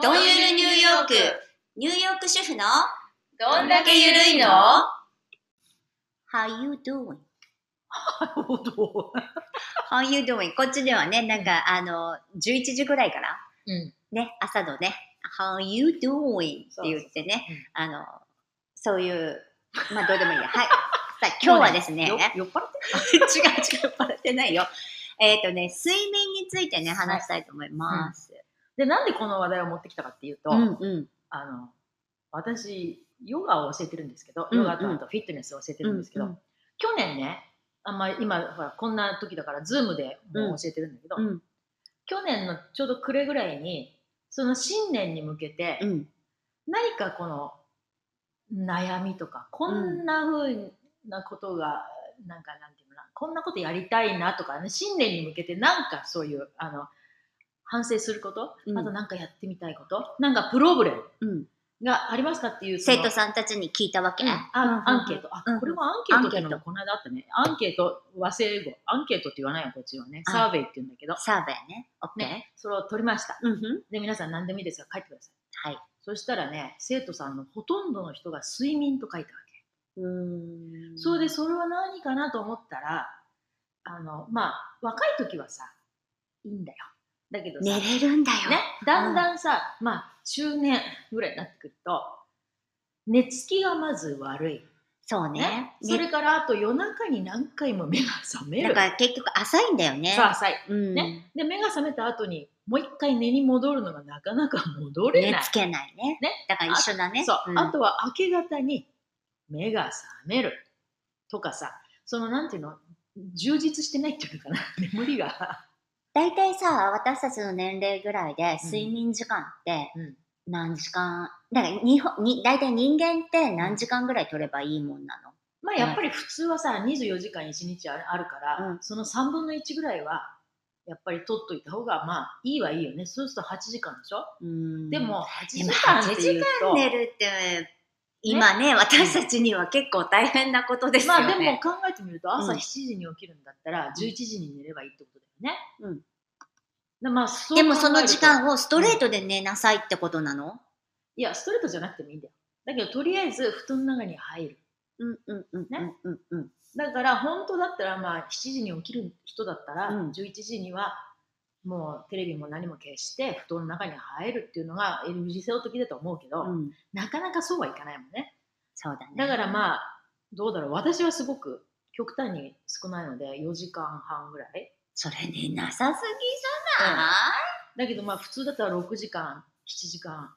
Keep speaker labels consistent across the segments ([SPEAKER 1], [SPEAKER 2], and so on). [SPEAKER 1] どんゆるニューヨーク、ニューヨーク主婦の
[SPEAKER 2] どんだけゆるいの
[SPEAKER 1] How you doing?
[SPEAKER 2] ど
[SPEAKER 1] How you doing? こっちではね、なんか、あの、11時ぐらいから、
[SPEAKER 2] うん
[SPEAKER 1] ね、朝のね、How you doing? って言っ
[SPEAKER 2] そうそうそう
[SPEAKER 1] てね、
[SPEAKER 2] うん
[SPEAKER 1] あの、そういう、まあどうでもいいや。はい。さあ、今日はですね、
[SPEAKER 2] よ
[SPEAKER 1] 違
[SPEAKER 2] 酔っ払って
[SPEAKER 1] う違う、笑ってないよ。えっ、とね、睡眠についてね、話したいと思います。
[SPEAKER 2] でなんでこの話題を持ってきたかっていうと、
[SPEAKER 1] うんうん。
[SPEAKER 2] あの私ヨガを教えてるんですけど、
[SPEAKER 1] うんうん
[SPEAKER 2] ヨガとあとフィットネスを教えてるんですけど、
[SPEAKER 1] うんうん
[SPEAKER 2] 去年ねあんまり今ほらこんな時だからズームでもう教えてるんだけど、
[SPEAKER 1] うん
[SPEAKER 2] 去年のちょうど暮れぐらいにその新年に向けて、
[SPEAKER 1] うん。
[SPEAKER 2] 何かこの悩みとかこんなふうなことが、なんかなんていうのかなこんなことやりたいなとか、ね、新年に向けてなんかそういうあの反省すること、
[SPEAKER 1] うん
[SPEAKER 2] あとなんかやってみたいことなんかプロブレム
[SPEAKER 1] うん。
[SPEAKER 2] がありますかっていうその
[SPEAKER 1] 生徒さんたちに聞いたわけ、
[SPEAKER 2] うんあアンケー
[SPEAKER 1] ト。
[SPEAKER 2] トあ、
[SPEAKER 1] うん
[SPEAKER 2] これもアンケートっていうのもこの間あったねアンケート和製英語アンケートって言わないよこっちはね
[SPEAKER 1] あ
[SPEAKER 2] サーベイって言うんだけど
[SPEAKER 1] サーベイね。オッケー。
[SPEAKER 2] ねそれを取りました
[SPEAKER 1] うんふん
[SPEAKER 2] で皆さん何でもいいですが書いてください
[SPEAKER 1] はい。
[SPEAKER 2] そしたらね生徒さんのほとんどの人が睡眠と書いたわけ
[SPEAKER 1] うん
[SPEAKER 2] それでそれは何かなと思ったらあのまあ若い時はさいいんだよだけどさ
[SPEAKER 1] 寝れるんだよ。
[SPEAKER 2] ね、だんだんさ、まあ中年ぐらいになってくると寝つきがまず悪い、
[SPEAKER 1] そう
[SPEAKER 2] ね
[SPEAKER 1] ね。
[SPEAKER 2] そ
[SPEAKER 1] ね
[SPEAKER 2] れからあと夜中に何回も目が覚め
[SPEAKER 1] だ
[SPEAKER 2] る
[SPEAKER 1] から結局浅いんだよね。
[SPEAKER 2] さあさい
[SPEAKER 1] うん
[SPEAKER 2] ねで目が覚めた後にもう一回寝に戻るのがなかなか戻れ
[SPEAKER 1] 寝
[SPEAKER 2] ない
[SPEAKER 1] つけないね。
[SPEAKER 2] ね
[SPEAKER 1] だから一緒だね。
[SPEAKER 2] そう、
[SPEAKER 1] ん
[SPEAKER 2] あとは明け方に目が覚めるとかさそのなんていうの充実してないっていうのかな 眠りが、
[SPEAKER 1] 大体さ、私たちの年齢ぐらいで睡眠時間って
[SPEAKER 2] うん
[SPEAKER 1] 何時間、だから日本に大体人間って何時間ぐらい取ればいいもんなの
[SPEAKER 2] まあやっぱり普通はさ24時間1日あるあるから、
[SPEAKER 1] うん
[SPEAKER 2] その3分の1ぐらいはやっぱり取っといた方がまあいいはいいよねそうすると8時間でしょ、
[SPEAKER 1] うん
[SPEAKER 2] でも8時
[SPEAKER 1] でも
[SPEAKER 2] 間っていうと
[SPEAKER 1] 寝るって、今ね、私たちには結構大変なことですよね。
[SPEAKER 2] まあでも考えてみると朝
[SPEAKER 1] うん
[SPEAKER 2] 7時に起きるんだったら11時に寝ればいいってことだよね、
[SPEAKER 1] うん
[SPEAKER 2] でまあ、そう
[SPEAKER 1] で
[SPEAKER 2] 考え
[SPEAKER 1] も
[SPEAKER 2] ると
[SPEAKER 1] その時間をストレートで寝なさいってことなの
[SPEAKER 2] いや、ストレートじゃなくてもいいんだよ。だけど、とりあえず布団の中に入る。
[SPEAKER 1] うんうんうん
[SPEAKER 2] ね
[SPEAKER 1] うんうん
[SPEAKER 2] だから、本当だったら、まあ、7時に起きる人だったら、
[SPEAKER 1] うん
[SPEAKER 2] 11時には、もうテレビも何も消して、布団の中に入るっていうのが、理想的だと思うけど、
[SPEAKER 1] うん。
[SPEAKER 2] なかなかそうはいかないもんね。
[SPEAKER 1] そうだね。
[SPEAKER 2] だから、まあ、どうだろう。私はすごく極端に少ないので、4時間半ぐらい。
[SPEAKER 1] それ寝なさすぎじゃない
[SPEAKER 2] だけどまあ普通だったら6時間7時間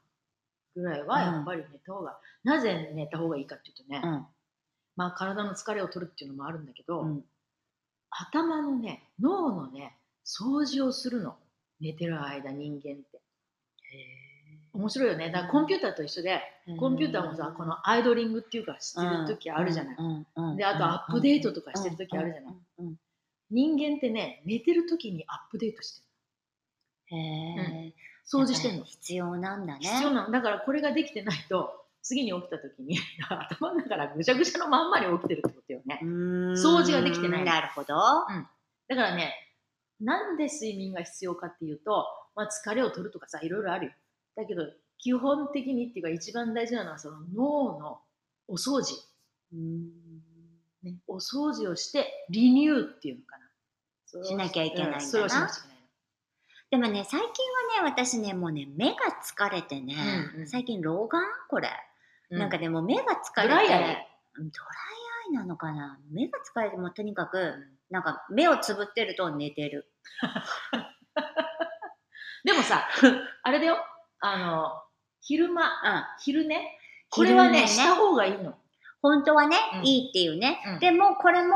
[SPEAKER 2] ぐらいはやっぱり寝た方が、なぜ寝た方がいいかっていうとね、
[SPEAKER 1] うん
[SPEAKER 2] まあ体の疲れを取るっていうのもあるんだけど、
[SPEAKER 1] うん
[SPEAKER 2] 頭のね脳のね掃除をするの寝てる間人間って面白いよねだからコンピューターと一緒で、コンピューターもさこのアイドリングっていうかしてる時あるじゃない、
[SPEAKER 1] うんうんうん
[SPEAKER 2] であとアップデートとかしてる時あるじゃない、。
[SPEAKER 1] うんうん
[SPEAKER 2] 人間ってね寝てる時にアップデートしてる
[SPEAKER 1] うんうんへえ。
[SPEAKER 2] 掃除してる
[SPEAKER 1] だ
[SPEAKER 2] の
[SPEAKER 1] から必要なんだね。
[SPEAKER 2] 必要なのだからこれができてないと次に起きた時に 頭の中からぐちゃぐちゃのまんまに起きてるってことよね
[SPEAKER 1] うーん
[SPEAKER 2] 掃除ができてない
[SPEAKER 1] なるほど。
[SPEAKER 2] だからねなんで睡眠が必要かっていうと、まあ、疲れを取るとかさいろいろあるよだけど基本的にっていうか一番大事なのはその脳のお掃除、ね、お掃除をしてリニューっていうのかなそれを
[SPEAKER 1] しなきゃいけないんだな
[SPEAKER 2] うそれをしなきゃいけない
[SPEAKER 1] でもね、最近はね、私ね、もうね、目が疲れてね
[SPEAKER 2] うんう、ん
[SPEAKER 1] 最近老眼これ。
[SPEAKER 2] の
[SPEAKER 1] なんか
[SPEAKER 2] う
[SPEAKER 1] でも目が疲れて。
[SPEAKER 2] ドライアイね
[SPEAKER 1] ドライアイなのかな目が疲れてもうとにかくなんか目をつぶってると寝てる
[SPEAKER 2] でもさあれだよあの昼間
[SPEAKER 1] うん
[SPEAKER 2] 昼寝これはね
[SPEAKER 1] 昼
[SPEAKER 2] し
[SPEAKER 1] 寝
[SPEAKER 2] た方がいいの
[SPEAKER 1] 本当はね、
[SPEAKER 2] うん
[SPEAKER 1] いいっていうね、
[SPEAKER 2] うん
[SPEAKER 1] でもこれも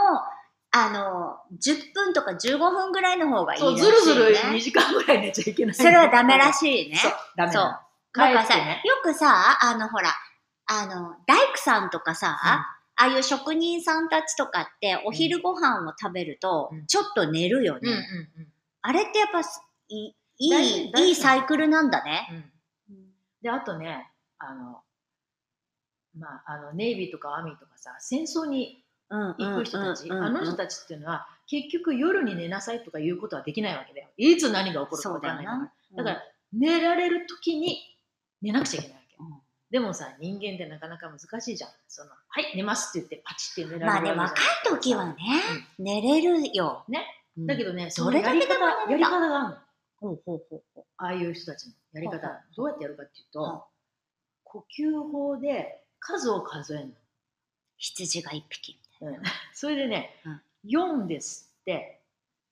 [SPEAKER 1] あの10分とか15分ぐらいの方がいいら
[SPEAKER 2] そう、
[SPEAKER 1] しい、
[SPEAKER 2] ず
[SPEAKER 1] ね、
[SPEAKER 2] るずる2時間ぐらい寝ちゃいけない。
[SPEAKER 1] それはダメら
[SPEAKER 2] し
[SPEAKER 1] しいね
[SPEAKER 2] そう、ダメ
[SPEAKER 1] そう
[SPEAKER 2] なの。
[SPEAKER 1] なんか
[SPEAKER 2] 帰
[SPEAKER 1] さ、
[SPEAKER 2] ってね。
[SPEAKER 1] よくさあのほらあの大工さんとかさ、ああいう職人さんたちとかってお昼ご飯を食べると
[SPEAKER 2] うん
[SPEAKER 1] ちょっと寝るよね、
[SPEAKER 2] うんうんうん
[SPEAKER 1] あれってやっぱいい
[SPEAKER 2] 大事
[SPEAKER 1] い
[SPEAKER 2] 大事
[SPEAKER 1] いいサイクルなんだね
[SPEAKER 2] うんで、あとね、あの、まあ、あの、ネイビーとかアーミーとかさ、戦争に行く人たち、あの人
[SPEAKER 1] ち
[SPEAKER 2] たちっていうのは、結局夜に寝なさいとかいうことはできないわけだよ。いつ何が起こるか
[SPEAKER 1] そう
[SPEAKER 2] わか
[SPEAKER 1] だ
[SPEAKER 2] らない
[SPEAKER 1] よ
[SPEAKER 2] から。
[SPEAKER 1] な。
[SPEAKER 2] だから、寝られる時に寝なくちゃいけないわけ。
[SPEAKER 1] うん、
[SPEAKER 2] でもさ、人間ってなかなか難しいじゃん。その、はい、寝ますって言ってパチって寝
[SPEAKER 1] ま
[SPEAKER 2] ら
[SPEAKER 1] あ
[SPEAKER 2] れ
[SPEAKER 1] ね、
[SPEAKER 2] るわけ
[SPEAKER 1] 若い
[SPEAKER 2] じゃん
[SPEAKER 1] 時はね、寝れるよ。
[SPEAKER 2] ね
[SPEAKER 1] うん。
[SPEAKER 2] だけどね、そ
[SPEAKER 1] ど
[SPEAKER 2] の
[SPEAKER 1] れ
[SPEAKER 2] や
[SPEAKER 1] だ
[SPEAKER 2] り
[SPEAKER 1] け
[SPEAKER 2] 方、
[SPEAKER 1] 頑張れるか
[SPEAKER 2] やり方があるの。
[SPEAKER 1] ほうほうほうほう。
[SPEAKER 2] ああいう人たちのやり
[SPEAKER 1] ほうほ
[SPEAKER 2] 方
[SPEAKER 1] う、
[SPEAKER 2] どうやってやるかっていうと、
[SPEAKER 1] うん
[SPEAKER 2] 呼吸法で数を数えるの。
[SPEAKER 1] 羊が一匹。
[SPEAKER 2] それでね、4ですって、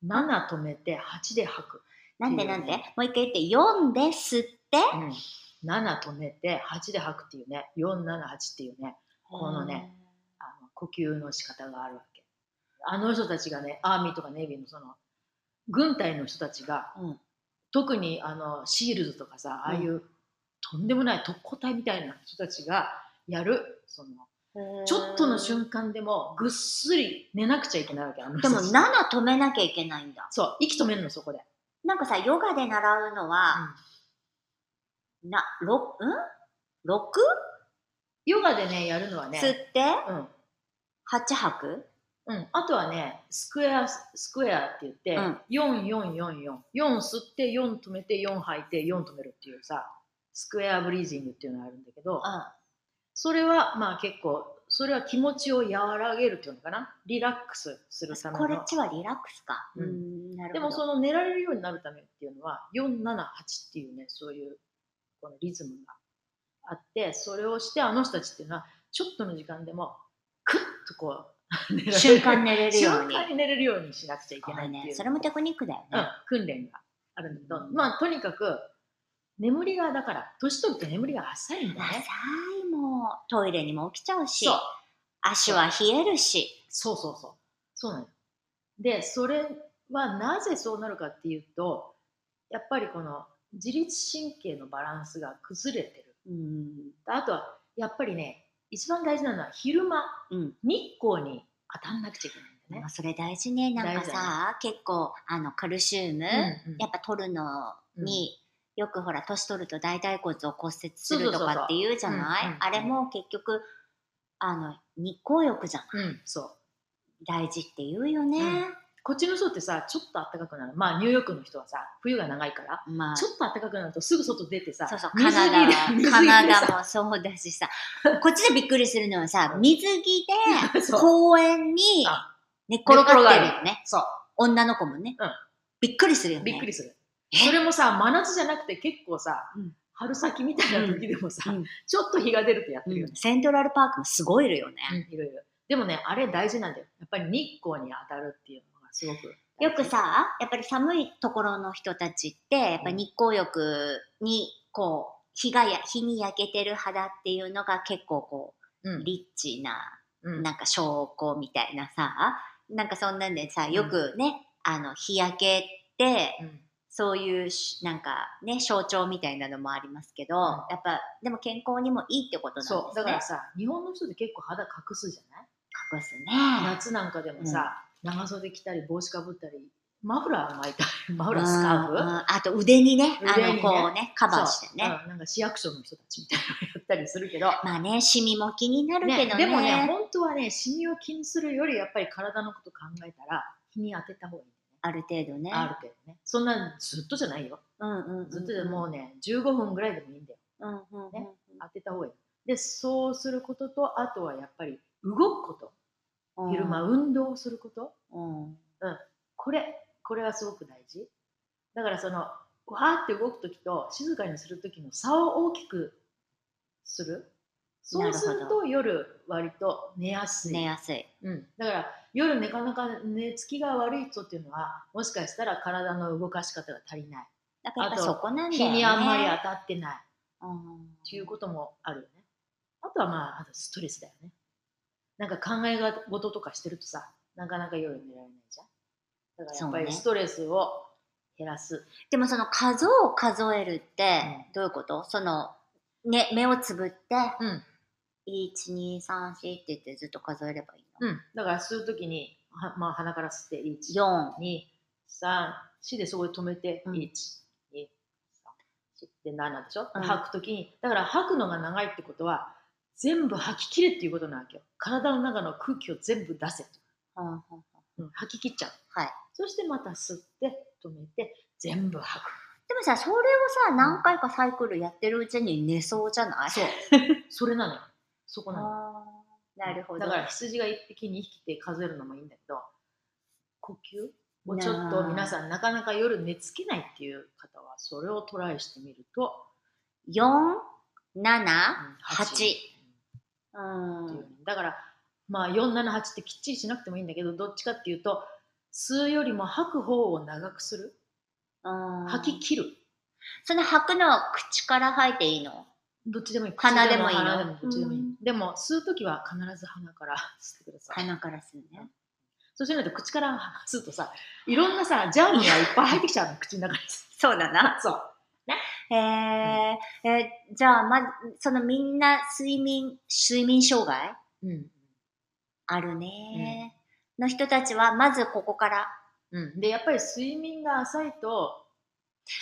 [SPEAKER 2] 7止めて8で吐く。
[SPEAKER 1] なんで
[SPEAKER 2] ってい
[SPEAKER 1] な
[SPEAKER 2] うんね
[SPEAKER 1] で、もう一回言って、読んですって。
[SPEAKER 2] 7止めて8で吐くっていうね、478っていうね、このね、あの呼吸の仕方があるわけ。あの人たちがね、アーミーとかネイビーのその、軍隊の人たちが、
[SPEAKER 1] うん。
[SPEAKER 2] 特にあのシールズとかさ、ああいうとんでもない特攻隊みたいな人たちがやる、その、ちょっとの瞬間でもぐっすり寝なくちゃいけないわけ。あの
[SPEAKER 1] で
[SPEAKER 2] 人
[SPEAKER 1] も
[SPEAKER 2] たち
[SPEAKER 1] 7止めなきゃいけないんだ。
[SPEAKER 2] そう、息止めるの、そこで。
[SPEAKER 1] なんかさ、ヨガで習うのは、な、ろ、ん ?6?
[SPEAKER 2] ヨガでね、やるのはね、
[SPEAKER 1] 吸って、
[SPEAKER 2] うん。
[SPEAKER 1] 8拍
[SPEAKER 2] うん、あとはね、スクエア、スクエアって言って、
[SPEAKER 1] うん
[SPEAKER 2] 4、4、4、4。4吸って、4止めて、4吐いて、4止めるっていうさ、スクエアブリージングっていうのがあるんだけど、それはまあ結構、それは気持ちを和らげるっていうのかな。リラックスするため
[SPEAKER 1] これ
[SPEAKER 2] の
[SPEAKER 1] っ。ちはリラックスか。
[SPEAKER 2] うん
[SPEAKER 1] ん、なるほど。
[SPEAKER 2] でもその寝られるようになるためっていうのは、4、7、8っていうね、そういうこのリズムがあって、それをして、あの人たちっていうのは、ちょっとの時間でも、クッとこう、寝られる
[SPEAKER 1] 瞬間寝れるように。
[SPEAKER 2] 瞬間に寝れるようにしなくちゃいけ
[SPEAKER 1] こ
[SPEAKER 2] ない
[SPEAKER 1] れ
[SPEAKER 2] っていう、
[SPEAKER 1] ね、それもテクニックだよ
[SPEAKER 2] うん
[SPEAKER 1] ね。、
[SPEAKER 2] 訓練があるんだけど、
[SPEAKER 1] うん
[SPEAKER 2] まあとにかく眠りがだから年取ると眠りが浅いんだ
[SPEAKER 1] 浅
[SPEAKER 2] ね
[SPEAKER 1] いもうトイレにも起きちゃうし
[SPEAKER 2] そう
[SPEAKER 1] 足は冷えるし
[SPEAKER 2] そうそうそうそうなのでそれはなぜそうなるかっていうとやっぱりこの自律神経のバランスが崩れてる
[SPEAKER 1] うん、
[SPEAKER 2] あとはやっぱりね一番大事なのは昼間
[SPEAKER 1] うん
[SPEAKER 2] 日光に当たんなくちゃいけないんだ
[SPEAKER 1] ま
[SPEAKER 2] ね
[SPEAKER 1] あ、それ大事ねなんか
[SPEAKER 2] 大事だ
[SPEAKER 1] さ、結構あのカルシウ
[SPEAKER 2] う
[SPEAKER 1] ム、
[SPEAKER 2] んうん
[SPEAKER 1] やっぱ取るのに、よくほら年取ると大腿骨を骨折する
[SPEAKER 2] そうそう
[SPEAKER 1] と
[SPEAKER 2] そうそう
[SPEAKER 1] かっていうじゃな
[SPEAKER 2] う
[SPEAKER 1] い、
[SPEAKER 2] んうんうん
[SPEAKER 1] あれも結局あの日光浴じゃない
[SPEAKER 2] うん、そう
[SPEAKER 1] 大事って言うよね、
[SPEAKER 2] こっちの人ってさちょっと暖かくなるまあニューヨークの人はさ冬が長いから
[SPEAKER 1] まあ
[SPEAKER 2] ちょっと暖かくなるとすぐ外出てさ、
[SPEAKER 1] そうそうカ
[SPEAKER 2] 水着
[SPEAKER 1] ナダ
[SPEAKER 2] で水着で
[SPEAKER 1] は
[SPEAKER 2] さ
[SPEAKER 1] カナダもそうだしさこっちでびっくりするのはさ水着 で
[SPEAKER 2] そう
[SPEAKER 1] 公園に
[SPEAKER 2] あ
[SPEAKER 1] 寝っ転がってるよね。
[SPEAKER 2] そう
[SPEAKER 1] 女の子もね。
[SPEAKER 2] うん
[SPEAKER 1] びっくりするよね。
[SPEAKER 2] びっくりする。
[SPEAKER 1] え
[SPEAKER 2] それもさ、真夏じゃなくて結構さ、
[SPEAKER 1] うん
[SPEAKER 2] 春先みたいな時でもさ、
[SPEAKER 1] うん
[SPEAKER 2] ちょっと日が出るとやってるよ
[SPEAKER 1] う
[SPEAKER 2] ね
[SPEAKER 1] ん。セントラルパークもすごいいるよね。
[SPEAKER 2] うんいろいろ。でもね、あれ大事なんだよ。やっぱり日光に当たるっていうのがすごく大
[SPEAKER 1] よ
[SPEAKER 2] 事。
[SPEAKER 1] くさ、やっぱり寒いところの人たちって、やっぱ日光浴に、こう、日がや、日に焼けてる肌っていうのが結構こ
[SPEAKER 2] う
[SPEAKER 1] う、
[SPEAKER 2] ん、
[SPEAKER 1] リッチな、
[SPEAKER 2] うん、
[SPEAKER 1] なんか証拠みたいなさ、なんかそんなんでさ、よくね、あの、日焼けって、
[SPEAKER 2] うん
[SPEAKER 1] そういうし、なんかね、象徴みたいなのもありますけど、やっぱ、でも健康にもいいってことなんですね。
[SPEAKER 2] そう、だからさ、日本の人って結構肌隠すじゃない
[SPEAKER 1] 隠すね。
[SPEAKER 2] 夏なんかでもさ、長袖着たり帽子かぶったり、マフラー巻いたり、マフラースカーフ、
[SPEAKER 1] うんうんあと腕にね、
[SPEAKER 2] 腕にね
[SPEAKER 1] あの、こうね、カバーしてね。
[SPEAKER 2] そううんなんか市役所の人たちみたいなのやったりするけど、
[SPEAKER 1] まあね、シミも気になるけどね。
[SPEAKER 2] でもね、本当はね、シミを気にするより、やっぱり体のこと考えたら、日に当てた方がいい、
[SPEAKER 1] ある程度ね。
[SPEAKER 2] あるけどね。そんなずっとじゃないよ。
[SPEAKER 1] うんうんうんうん。
[SPEAKER 2] ずっとでもうね、15分ぐらいでもいいんだよ。
[SPEAKER 1] うんうんうん
[SPEAKER 2] ね当てた方がいい。で、そうすることと、あとはやっぱり動くこと、
[SPEAKER 1] うん。
[SPEAKER 2] 昼間運動をすること、
[SPEAKER 1] うん。
[SPEAKER 2] これ、これはすごく大事。だからその、わーって動くときと静かにするときの差を大きくする。そうす
[SPEAKER 1] な
[SPEAKER 2] る
[SPEAKER 1] るほ
[SPEAKER 2] と夜割と寝やすい。
[SPEAKER 1] 寝やすい。
[SPEAKER 2] うん、だから夜なかなか寝つきが悪い人っていうのはもしかしたら体の動かし方が足りない
[SPEAKER 1] だからやっぱ
[SPEAKER 2] あと
[SPEAKER 1] そこなんだよ
[SPEAKER 2] 日
[SPEAKER 1] ね。
[SPEAKER 2] にあんまり当たってない
[SPEAKER 1] うん。
[SPEAKER 2] っていうこともあるよねあとはまああとストレスだよねなんか考え事とかしてるとさなかなか夜寝られないじゃんだからやっぱ
[SPEAKER 1] そう
[SPEAKER 2] り
[SPEAKER 1] ね
[SPEAKER 2] ストレスを減らす、
[SPEAKER 1] でもその数を数えるって、どういうことその、ね、目をつぶって、
[SPEAKER 2] うん
[SPEAKER 1] 1、2、3、4って言ってずっと数えればいいの。
[SPEAKER 2] うん、だから吸う時には、まあ、鼻から吸って
[SPEAKER 1] 4、
[SPEAKER 2] 123でそこで止めて123、
[SPEAKER 1] うん
[SPEAKER 2] 2って7でしょ、
[SPEAKER 1] うん
[SPEAKER 2] 吐く時にだから吐くのが長いってことは全部吐き切れっていうことなわけよ体の中の空気を全部出せと、
[SPEAKER 1] うんうん
[SPEAKER 2] うん吐き切っちゃう
[SPEAKER 1] はい。
[SPEAKER 2] そしてまた吸って止めて全部吐く
[SPEAKER 1] でもさ、それをさ、何回かサイクルやってるうちに寝そうじゃない
[SPEAKER 2] そうそれなのよそこなの
[SPEAKER 1] あーなるほど。
[SPEAKER 2] だから羊が1匹2匹って数えるのもいいんだけど呼吸をちょっと皆さんなかなか夜寝つけないっていう方はそれをトライしてみると、
[SPEAKER 1] 4、7、
[SPEAKER 2] うん
[SPEAKER 1] 八
[SPEAKER 2] う
[SPEAKER 1] うん。
[SPEAKER 2] っていうんだからまあ478ってきっちりしなくてもいいんだけどどっちかっていうと吸うよりも吐く方を長くする
[SPEAKER 1] うん
[SPEAKER 2] 吐き切る、
[SPEAKER 1] その吐くのは口から吐いていいの
[SPEAKER 2] どっちでもいい
[SPEAKER 1] 鼻でもいいの
[SPEAKER 2] 鼻でもどっちでもいい、
[SPEAKER 1] うん
[SPEAKER 2] でも吸う時は必ず鼻から吸ってください
[SPEAKER 1] 鼻からするね。
[SPEAKER 2] そうしないと口から吸うとさいろんなさジャーニーがいっぱい入ってきちゃうの 口の中に
[SPEAKER 1] そうだな。
[SPEAKER 2] そう
[SPEAKER 1] へえーえーじゃあ、まず、そのみんな睡眠、睡眠障害
[SPEAKER 2] うん
[SPEAKER 1] あるね、の人たちは、まずここから。
[SPEAKER 2] うん、でやっぱり睡眠が浅いと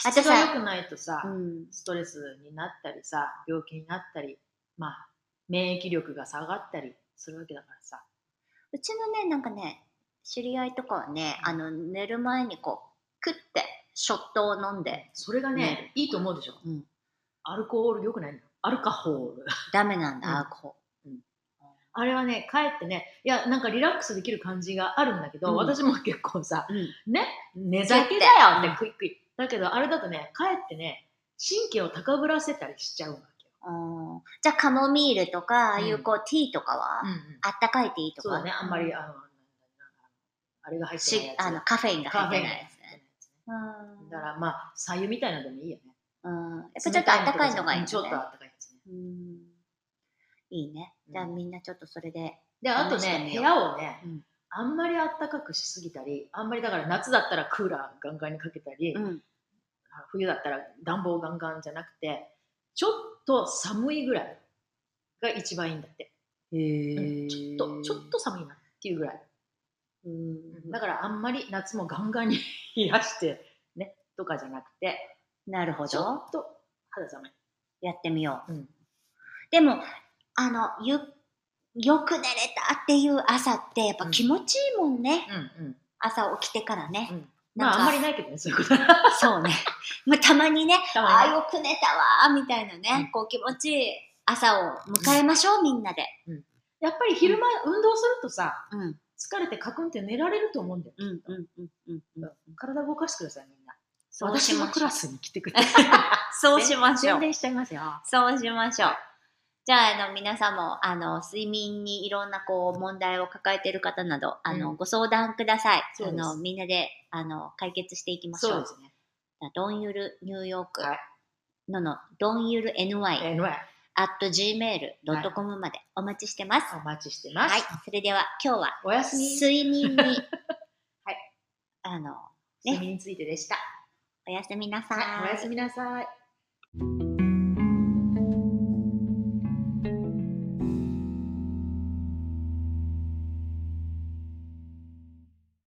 [SPEAKER 1] あ
[SPEAKER 2] 質
[SPEAKER 1] とさ
[SPEAKER 2] が良くないとさ、
[SPEAKER 1] ん。
[SPEAKER 2] ストレスになったりさ病気になったりまあ免疫力が下がったりするわけだからさ、
[SPEAKER 1] うちのね、なんかね、知り合いとかはね、あの、寝る前にこう、クッて、ショットを飲んで、
[SPEAKER 2] それがね、いいと思うでしょ
[SPEAKER 1] うん、
[SPEAKER 2] アルコール良くないのアルカホール
[SPEAKER 1] ダメなん
[SPEAKER 2] うん
[SPEAKER 1] だ、アルコ
[SPEAKER 2] あれはねかえってねいやなんかリラックスできる感じがあるんだけど、
[SPEAKER 1] うん
[SPEAKER 2] 私も結構さ
[SPEAKER 1] ール。
[SPEAKER 2] ね寝
[SPEAKER 1] 酒だ
[SPEAKER 2] 酒
[SPEAKER 1] よ
[SPEAKER 2] だよってクイックイだけどあれだとねかえってね神経を高ぶらせたりしちゃうわけよ、
[SPEAKER 1] うんじゃあ、カモミールとか、ああいうこう、ティーとかは、
[SPEAKER 2] うんうん
[SPEAKER 1] あったかいティーとか。
[SPEAKER 2] そうだね、あんまり、あの、あれが入ってない
[SPEAKER 1] し
[SPEAKER 2] やつ。
[SPEAKER 1] あの、カフェインが
[SPEAKER 2] カフ
[SPEAKER 1] 入
[SPEAKER 2] ェ
[SPEAKER 1] っ
[SPEAKER 2] インが
[SPEAKER 1] て
[SPEAKER 2] 入
[SPEAKER 1] ないや
[SPEAKER 2] っ
[SPEAKER 1] つ
[SPEAKER 2] てないや
[SPEAKER 1] ね。
[SPEAKER 2] つ
[SPEAKER 1] うん
[SPEAKER 2] だからまあ、白湯みたいなのでもいいよね。
[SPEAKER 1] うん、やっぱちょっとあったかいのがいい
[SPEAKER 2] うん
[SPEAKER 1] ね。
[SPEAKER 2] ちょっとあったかいやつね。
[SPEAKER 1] うんいいね。じゃあ
[SPEAKER 2] うん
[SPEAKER 1] みんなちょっとそれで。
[SPEAKER 2] で、あと
[SPEAKER 1] 試して
[SPEAKER 2] ね、
[SPEAKER 1] み
[SPEAKER 2] 部
[SPEAKER 1] よう
[SPEAKER 2] 屋をね、
[SPEAKER 1] うん
[SPEAKER 2] あんまりあったかくしすぎたり、あんまりだから夏だったらクーラーガンガンにかけたり、
[SPEAKER 1] ん。
[SPEAKER 2] 冬だったら暖房ガンガンじゃなくて、ちょっと寒いぐらいが一番いいんだって。うんちょっと、ちょっと寒いなっていうぐらい。
[SPEAKER 1] うん。
[SPEAKER 2] だからあんまり夏もガンガンに冷やして、ね、とかじゃなくて、
[SPEAKER 1] なるほ
[SPEAKER 2] ちょ
[SPEAKER 1] ど。
[SPEAKER 2] っと肌寒い。
[SPEAKER 1] やってみよう。
[SPEAKER 2] うん
[SPEAKER 1] でも、あの、ゆ、よく寝れたっていう朝ってやっぱ気持ちいいもんね。
[SPEAKER 2] うんうん
[SPEAKER 1] 朝起きてからね
[SPEAKER 2] う。んま
[SPEAKER 1] なん
[SPEAKER 2] あ
[SPEAKER 1] か
[SPEAKER 2] あんまりないけどねそういうこと
[SPEAKER 1] そうね。まあ、たまにね、
[SPEAKER 2] たま
[SPEAKER 1] あ
[SPEAKER 2] に
[SPEAKER 1] あ、よく寝たわーみたいなね、
[SPEAKER 2] うん
[SPEAKER 1] こう気持ちいい朝を迎えましょう、みんなで。
[SPEAKER 2] やっぱり昼間運動するとさ
[SPEAKER 1] うん。うん
[SPEAKER 2] 疲れてカクンって寝られると思うんだよ、
[SPEAKER 1] うんうんうんうん。
[SPEAKER 2] 体動かしてくださいみんな
[SPEAKER 1] そう
[SPEAKER 2] 私
[SPEAKER 1] し
[SPEAKER 2] の
[SPEAKER 1] ま
[SPEAKER 2] ク
[SPEAKER 1] しょう
[SPEAKER 2] ラスに来てくれ
[SPEAKER 1] そうしましょ
[SPEAKER 2] 宣。
[SPEAKER 1] う
[SPEAKER 2] 伝しちゃいますよ
[SPEAKER 1] そうしましょう。じゃあ、あの、皆さんも、あの、睡眠にいろんな、こう、問題を抱えている方など、あの、
[SPEAKER 2] うん
[SPEAKER 1] ご相談ください。
[SPEAKER 2] そう
[SPEAKER 1] あ
[SPEAKER 2] です
[SPEAKER 1] の、みんなで、あの、解決していきましょう。
[SPEAKER 2] そうですね
[SPEAKER 1] ドンゆるニューヨーク
[SPEAKER 2] はい
[SPEAKER 1] のの、ドンゆる NY、
[SPEAKER 2] えー、
[SPEAKER 1] at gmail.com までお待ちしてます。
[SPEAKER 2] お待ちして
[SPEAKER 1] は
[SPEAKER 2] ま
[SPEAKER 1] い。
[SPEAKER 2] す、
[SPEAKER 1] それでは、今日は、
[SPEAKER 2] おやすみ
[SPEAKER 1] 睡眠に、
[SPEAKER 2] はい
[SPEAKER 1] あの、
[SPEAKER 2] 睡眠についてでした、
[SPEAKER 1] おやすみなさい。
[SPEAKER 2] はい、おやすみなさい